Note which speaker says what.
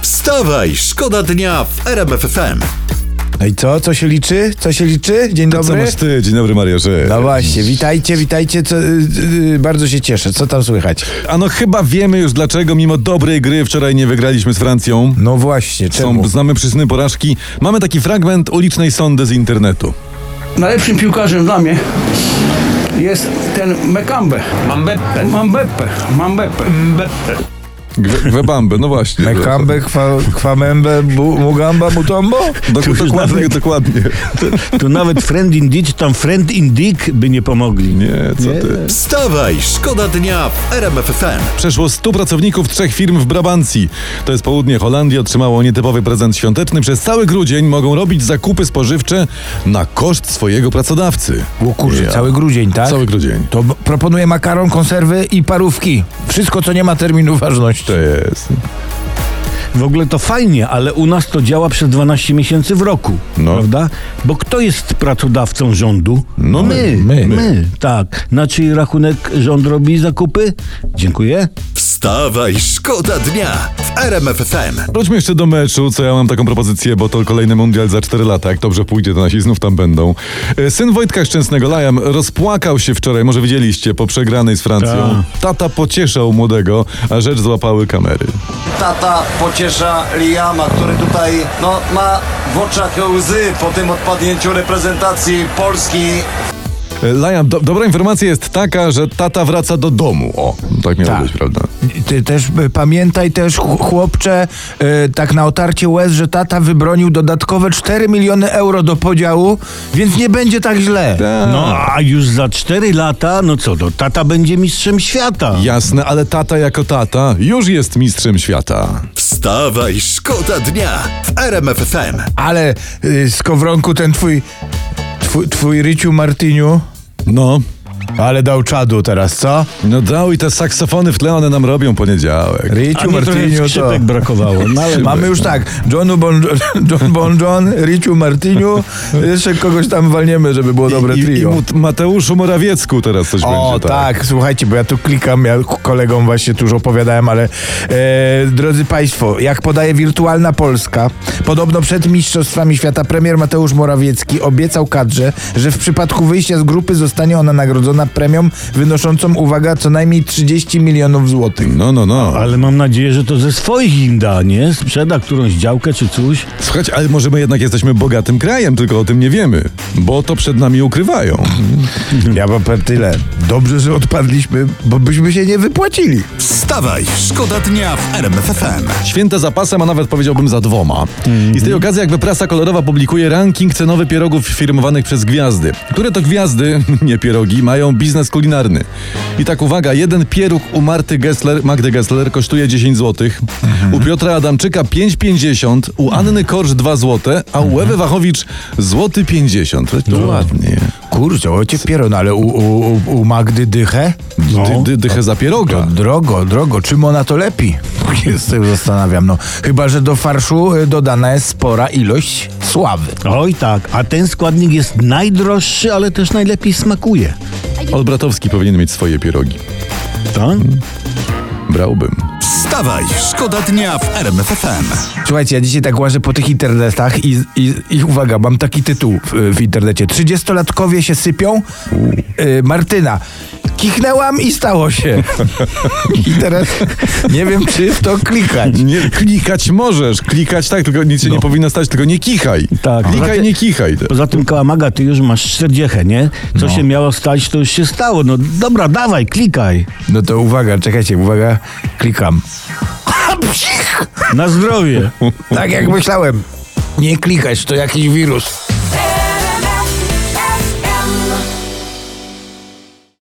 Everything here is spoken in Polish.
Speaker 1: Wstawaj, szkoda dnia w RMF FM.
Speaker 2: No i co? Co się liczy? Co się liczy? Dzień
Speaker 3: Co
Speaker 2: dobry.
Speaker 3: masz ty? Dzień dobry Mariusze.
Speaker 2: No właśnie, witajcie, witajcie. Co, y, y, bardzo się cieszę. Co tam słychać?
Speaker 3: A no chyba wiemy już dlaczego mimo dobrej gry wczoraj nie wygraliśmy z Francją.
Speaker 2: No właśnie, czemu?
Speaker 3: Są, znamy przyczyny porażki. Mamy taki fragment ulicznej sondy z internetu.
Speaker 4: Najlepszym piłkarzem dla mnie jest ten Mekambe. Mambepe. Mambepe. Mambepe.
Speaker 3: Gwe- Gwebambe, no właśnie.
Speaker 2: Mekambe, kwa, Kwamembe, bu, Mugamba, Mutombo?
Speaker 3: Dok- dokładnie, dokładnie.
Speaker 5: Tu nawet Friend in Ditch, tam Friend in Dick by nie pomogli.
Speaker 3: Nie, co ty.
Speaker 1: Wstawaj, szkoda dnia w RMF FM.
Speaker 3: Przeszło 100 pracowników trzech firm w Brabancji. To jest południe Holandii, otrzymało nietypowy prezent świąteczny. Przez cały grudzień mogą robić zakupy spożywcze na koszt swojego pracodawcy.
Speaker 2: O kurczę,
Speaker 3: Ja.
Speaker 2: cały grudzień, tak?
Speaker 3: Cały grudzień.
Speaker 2: To b- proponuję makaron, konserwy i parówki. Wszystko, co nie ma terminu ważności.
Speaker 3: To jest.
Speaker 5: W ogóle to fajnie, ale u nas to działa przez 12 miesięcy w roku,
Speaker 3: No.
Speaker 5: prawda? Bo kto jest pracodawcą rządu?
Speaker 3: No my,
Speaker 5: My,
Speaker 3: my.
Speaker 5: tak. Na czyj rachunek rząd robi zakupy? Dziękuję.
Speaker 1: Wstawaj, szkoda dnia w RMF FM.
Speaker 3: Wróćmy jeszcze do meczu, co ja mam taką propozycję, bo to kolejny mundial za 4 lata. Jak dobrze pójdzie, to nasi znów tam będą. E, Syn Wojtka Szczęsnego, Lajam, rozpłakał się wczoraj, może widzieliście, po przegranej z Francją.
Speaker 2: Tak.
Speaker 3: Tata pocieszał młodego, a rzecz złapały kamery.
Speaker 6: tata pociesza Liama, który tutaj no, ma w oczach łzy po tym odpadnięciu reprezentacji Polski
Speaker 3: E, Lajam, do, dobra informacja jest taka, że tata wraca do domu. O, tak miało
Speaker 2: Tak.
Speaker 3: być, prawda?
Speaker 2: Ty też y, pamiętaj też, ch- chłopcze, y, tak na otarcie łez, że tata wybronił dodatkowe 4 miliony euro do podziału, więc nie będzie tak źle.
Speaker 5: No, a już za 4 lata, no co, to tata będzie mistrzem świata.
Speaker 2: No.
Speaker 3: Jasne, ale tata jako tata już jest mistrzem świata.
Speaker 1: Wstawaj, szkoda dnia w RMF FM.
Speaker 2: Ale y, z kowronku ten twój, twój, twój Ryciu Martiniu,
Speaker 3: No,
Speaker 2: ale dał czadu teraz, co?
Speaker 3: no dał i te saksofony w tle one nam robią poniedziałek.
Speaker 5: A
Speaker 2: Ryciu
Speaker 5: mnie trochę
Speaker 2: Martiniu to...
Speaker 5: skrzypek brakowało. No, ale
Speaker 2: Mamy już tak, Johnu bon, John Bon John, Riciu Martiniu, jeszcze kogoś tam walniemy, żeby było dobre
Speaker 3: I, i, i
Speaker 2: trio.
Speaker 3: Mut- Mateuszu Morawiecku teraz coś
Speaker 2: O
Speaker 3: będzie.
Speaker 2: tak. słuchajcie, bo ja tu klikam, ja k- kolegom właśnie tu już opowiadałem, ale e, drodzy Państwo, jak podaje wirtualna Polska, podobno przed Mistrzostwami Świata premier Mateusz Morawiecki obiecał kadrze, że w przypadku wyjścia z grupy zostanie ona nagrodzona premią wynoszącą, uwaga, co najmniej 30 milionów złotych.
Speaker 3: No, no, no.
Speaker 5: Ale mam nadzieję, że to ze
Speaker 2: No
Speaker 5: swoich im da, nie? Sprzeda którąś działkę czy coś.
Speaker 3: Słuchajcie, ale może my jednak jesteśmy bogatym krajem, tylko o tym nie wiemy, bo to przed nami ukrywają.
Speaker 5: Hmm.
Speaker 2: Ja mam powiem tyle, dobrze, że odpadliśmy, bo byśmy się nie wypłacili.
Speaker 1: Wstawaj, szkoda dnia w RMF FM.
Speaker 3: Święta za pasem, a nawet powiedziałbym za dwoma. I z tej okazji jakby prasa kolorowa publikuje ranking cenowy pierogów firmowanych przez gwiazdy. Które to gwiazdy, nie pierogi, mają biznes kulinarny. I tak uwaga, jeden pieróg u Marty Gessler, Magdy Gessler kosztuje 10 zł, u Piotra Adamczyka 5,50, u Anny Korsz 2 zł, a u Ewy Wachowicz złoty 50. To ładnie.
Speaker 2: Kurczę, ojciec Piero, no ale u, u, u- u Magdy dychę?
Speaker 3: Dy,
Speaker 5: No.
Speaker 3: dy, dychę za pieroga.
Speaker 2: Drogo, drogo, czym ona to lepi? Jestem zastanawiam, no. Chyba, że do farszu y, dodana jest spora ilość sławy.
Speaker 5: Oj tak, a ten składnik jest najdroższy, ale też najlepiej smakuje.
Speaker 3: Olbratowski powinien mieć swoje pierogi.
Speaker 5: Tak?
Speaker 3: Brałbym.
Speaker 1: Wstawaj, szkoda dnia w RMF FM.
Speaker 2: Słuchajcie, ja dzisiaj tak łażę po tych internetach i, i, i uwaga, mam taki tytuł w, w internecie. 30-latkowie się sypią. Y, Martyna. Kichnęłam i stało się. I teraz nie wiem, czy w to klikać.
Speaker 3: Nie, klikać możesz, klikać tak, tylko nic się nie powinno stać, tylko nie kichaj.
Speaker 5: Tak.
Speaker 3: Klikaj,
Speaker 5: Zatem-
Speaker 3: nie kichaj.
Speaker 5: Poza tym Kałamaga, ty już masz czterdziechę, nie? Co się miało stać, to już się stało. No dobra, dawaj, klikaj.
Speaker 2: No to uwaga, czekajcie, uwaga, klikam.
Speaker 5: Na zdrowie.
Speaker 2: Tak jak myślałem. Nie klikać, to jakiś wirus.